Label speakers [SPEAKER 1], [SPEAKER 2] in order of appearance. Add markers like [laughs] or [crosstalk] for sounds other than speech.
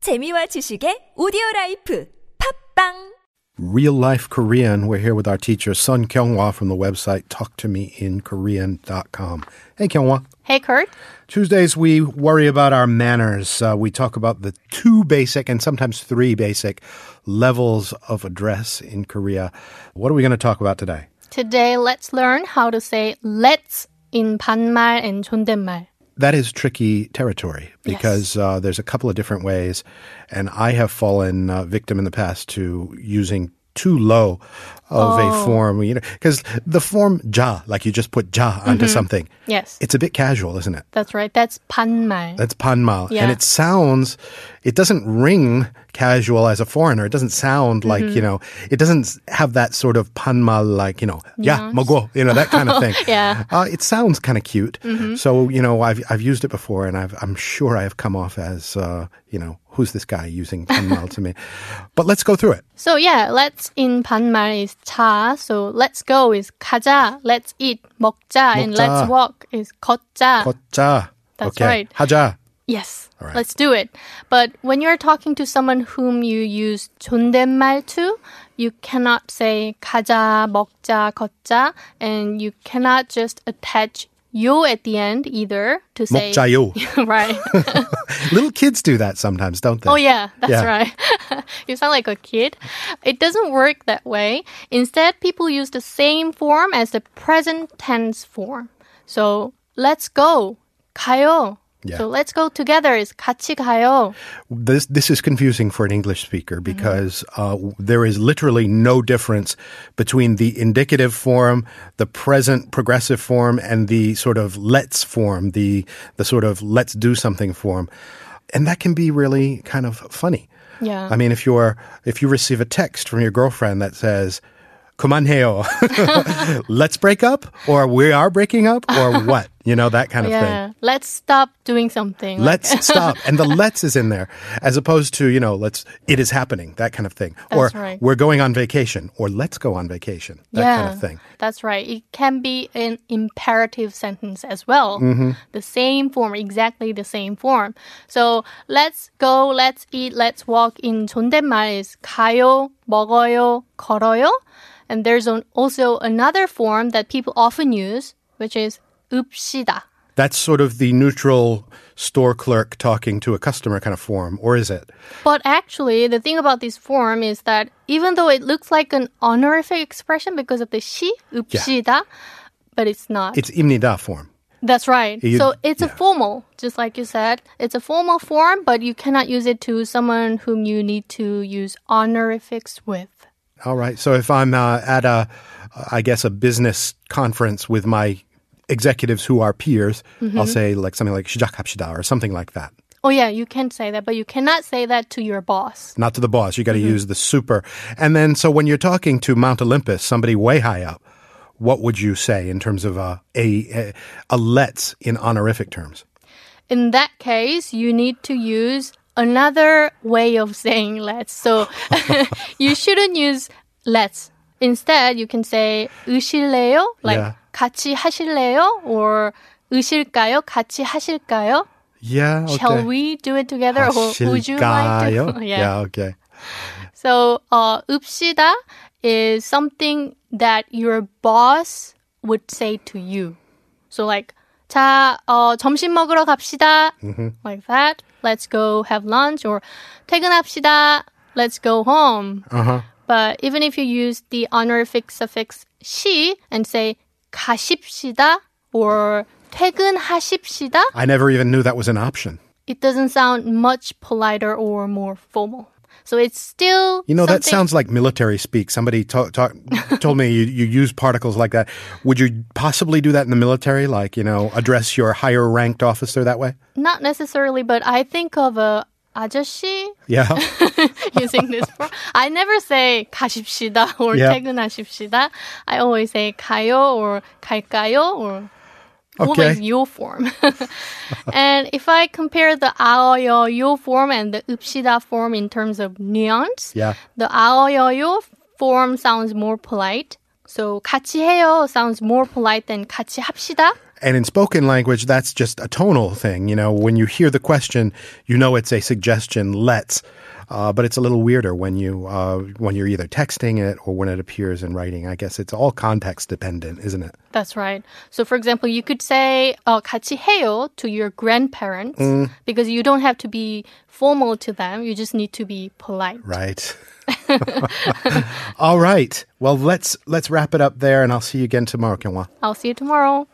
[SPEAKER 1] 재미와 지식의 오디오 라이프 팝빵
[SPEAKER 2] Real Life Korean. We're here with our teacher, Sun Kyunghwa from the website talktomeinkorean.com. Hey, Kyunghwa.
[SPEAKER 3] Hey, Kurt.
[SPEAKER 2] Tuesdays, we worry about our manners. Uh, we talk about the two basic and sometimes three basic levels of address in Korea. What are we going to talk about today?
[SPEAKER 3] Today, let's learn how to say let's in 반말 and 존댓말.
[SPEAKER 2] That is tricky territory because uh, there's a couple of different ways, and I have fallen uh, victim in the past to using too low of a form. You know, because the form ja, like you just put ja onto something,
[SPEAKER 3] Yes,
[SPEAKER 2] it's a bit casual, isn't it?
[SPEAKER 3] that's right. That's 반말.
[SPEAKER 2] That's panmal,
[SPEAKER 3] Yeah.
[SPEAKER 2] and it sounds, it doesn't ring casual as a foreigner. It doesn't sound like
[SPEAKER 3] Mm-hmm.
[SPEAKER 2] you know, it doesn't have that sort of panmal like you know, yeah, mago, you know that kind of thing.
[SPEAKER 3] [laughs] Yeah. Mm-hmm.
[SPEAKER 2] uh, it sounds kind of cute. So you know, I've I've used it before, and I've, I'm sure I have come off as uh, you know, who's this guy using panmal to
[SPEAKER 3] [laughs]
[SPEAKER 2] me? But let's go through it.
[SPEAKER 3] So yeah, let's in 반말 is 차. So let's go is 가자. Let's eat 먹자, and
[SPEAKER 2] 먹자.
[SPEAKER 3] let's walk is 걷자.
[SPEAKER 2] Kocha.
[SPEAKER 3] That's
[SPEAKER 2] okay.
[SPEAKER 3] right.
[SPEAKER 2] Haja.
[SPEAKER 3] yes,
[SPEAKER 2] right.
[SPEAKER 3] let's do it. But when you're talking to someone whom you use 존댓말 to, you cannot say 가자, 먹자, 걷자, and you cannot just attach yo at the end either to say [laughs]
[SPEAKER 2] Mokjayo.
[SPEAKER 3] right.
[SPEAKER 2] [laughs] Little kids do that sometimes, don't they?
[SPEAKER 3] Oh, yeah, that's
[SPEAKER 2] Yeah.
[SPEAKER 3] right. [laughs] you sound like a kid. It doesn't work that way. Instead, people use the same form as the present tense form. So, let's go. 가요.
[SPEAKER 2] Yeah.
[SPEAKER 3] So, let's go together is 같이 가요.
[SPEAKER 2] This this is confusing for an English speaker
[SPEAKER 3] Mm-hmm.
[SPEAKER 2] because uh, w- there is literally no difference between the indicative form, the present progressive form, and the sort of let's form, the the sort of let's do something form, and that can be really kind of funny.
[SPEAKER 3] Yeah.
[SPEAKER 2] I mean, if you're if you receive a text from your girlfriend that says.
[SPEAKER 3] [laughs]
[SPEAKER 2] Kumanheo, [laughs] let's break up, or we are breaking up, or what? You know, that kind of thing.
[SPEAKER 3] yeah. Let's stop doing something. like- [laughs]
[SPEAKER 2] Let's stop. And the let's is in there as opposed to, you know, let's, it is happening, that kind of thing.
[SPEAKER 3] That's
[SPEAKER 2] or
[SPEAKER 3] right.
[SPEAKER 2] we're going on vacation or let's go on vacation, that kind of thing.
[SPEAKER 3] That's right. It can be an imperative sentence as well.
[SPEAKER 2] Mm-hmm.
[SPEAKER 3] The same form, exactly the same form. So let's go, let's eat, let's walk in 존댓말 is 가요, 먹어요, 걸어요. And there's an, also another form that people often use, which is 읍시다.
[SPEAKER 2] That's sort of the neutral store clerk talking to a customer kind of form, or is it?
[SPEAKER 3] But actually, the thing about this form is that even though it looks like an honorific expression because of the 시, 읍시다, but it's not.
[SPEAKER 2] It's imnida form.
[SPEAKER 3] That's right.
[SPEAKER 2] You-
[SPEAKER 3] so it's a
[SPEAKER 2] yeah.
[SPEAKER 3] formal, just like you said. It's a formal form, but you cannot use it to someone whom you need to use honorifics with.
[SPEAKER 2] All right. So if I'm uh, at a, I guess, a business conference with my executives who are peers,
[SPEAKER 3] Mm-hmm.
[SPEAKER 2] I'll say like something like 시작합시다 or something like that.
[SPEAKER 3] Oh, yeah, you can say that, but you cannot say that to your boss.
[SPEAKER 2] not to the boss. You got to use the super. And then, so when you're talking to Mount Olympus, somebody way high up, what would you say in terms of a a, a, a let's in honorific terms?
[SPEAKER 3] In that case, you need to use another way of [laughs] saying let's. So [laughs] you shouldn't use let's. Instead, you can say 으실래요? Like
[SPEAKER 2] Yeah.
[SPEAKER 3] 같이 하실래요? Or 으실까요? 같이 하실까요?
[SPEAKER 2] Yeah. Okay.
[SPEAKER 3] Shall we do it together? Or would you like [laughs]
[SPEAKER 2] Hashilgayo?
[SPEAKER 3] to?
[SPEAKER 2] Oh, yeah. Okay.
[SPEAKER 3] So, uh, 읍시다 is something that your boss would say to you. So, like, 자, 어, 점심 먹으러 갑시다. Like that. Let's go have lunch or 퇴근합시다. Let's go home. But even if you use the honorific suffix 시 and say 가십시다 or 퇴근하십시다,
[SPEAKER 2] I never even knew that was an option.
[SPEAKER 3] it doesn't sound much politer or more formal. So it's still
[SPEAKER 2] You know, that
[SPEAKER 3] something-
[SPEAKER 2] sounds like military speak. Somebody to-
[SPEAKER 3] [laughs]
[SPEAKER 2] to- told me you, you use particles like that. Would you possibly do that in the military? Like, you know, address your higher ranked officer that way?
[SPEAKER 3] not necessarily, but I think of a 아저씨 [laughs]
[SPEAKER 2] Yeah.
[SPEAKER 3] using this form. I never say 가십시다 or
[SPEAKER 2] Yeah.
[SPEAKER 3] 퇴근하십시다. I always say 가요 or 갈까요 or always
[SPEAKER 2] Okay.
[SPEAKER 3] yo form. [laughs] and if I compare the 아어여 yo form and the 읍시다 form in terms of nuance,
[SPEAKER 2] Yeah.
[SPEAKER 3] the 아어여요 form sounds more polite. So 같이 해요 sounds more polite than 같이 합시다.
[SPEAKER 2] And in spoken language, that's just a tonal thing. You know, when you hear the question, you know it's a suggestion, let's. Uh, but it's a little weirder when you uh, when you're either texting it or when it appears in writing. I guess it's all context dependent, isn't it?
[SPEAKER 3] That's right. So, for example, you could say uh, 같이 해요 to your grandparents
[SPEAKER 2] Mm.
[SPEAKER 3] because you don't have to be formal to them. You just need to be polite.
[SPEAKER 2] Right. [laughs] all right. Well, let's let's wrap it up there, and I'll see you again tomorrow, Kyungwa.
[SPEAKER 3] I'll see you tomorrow.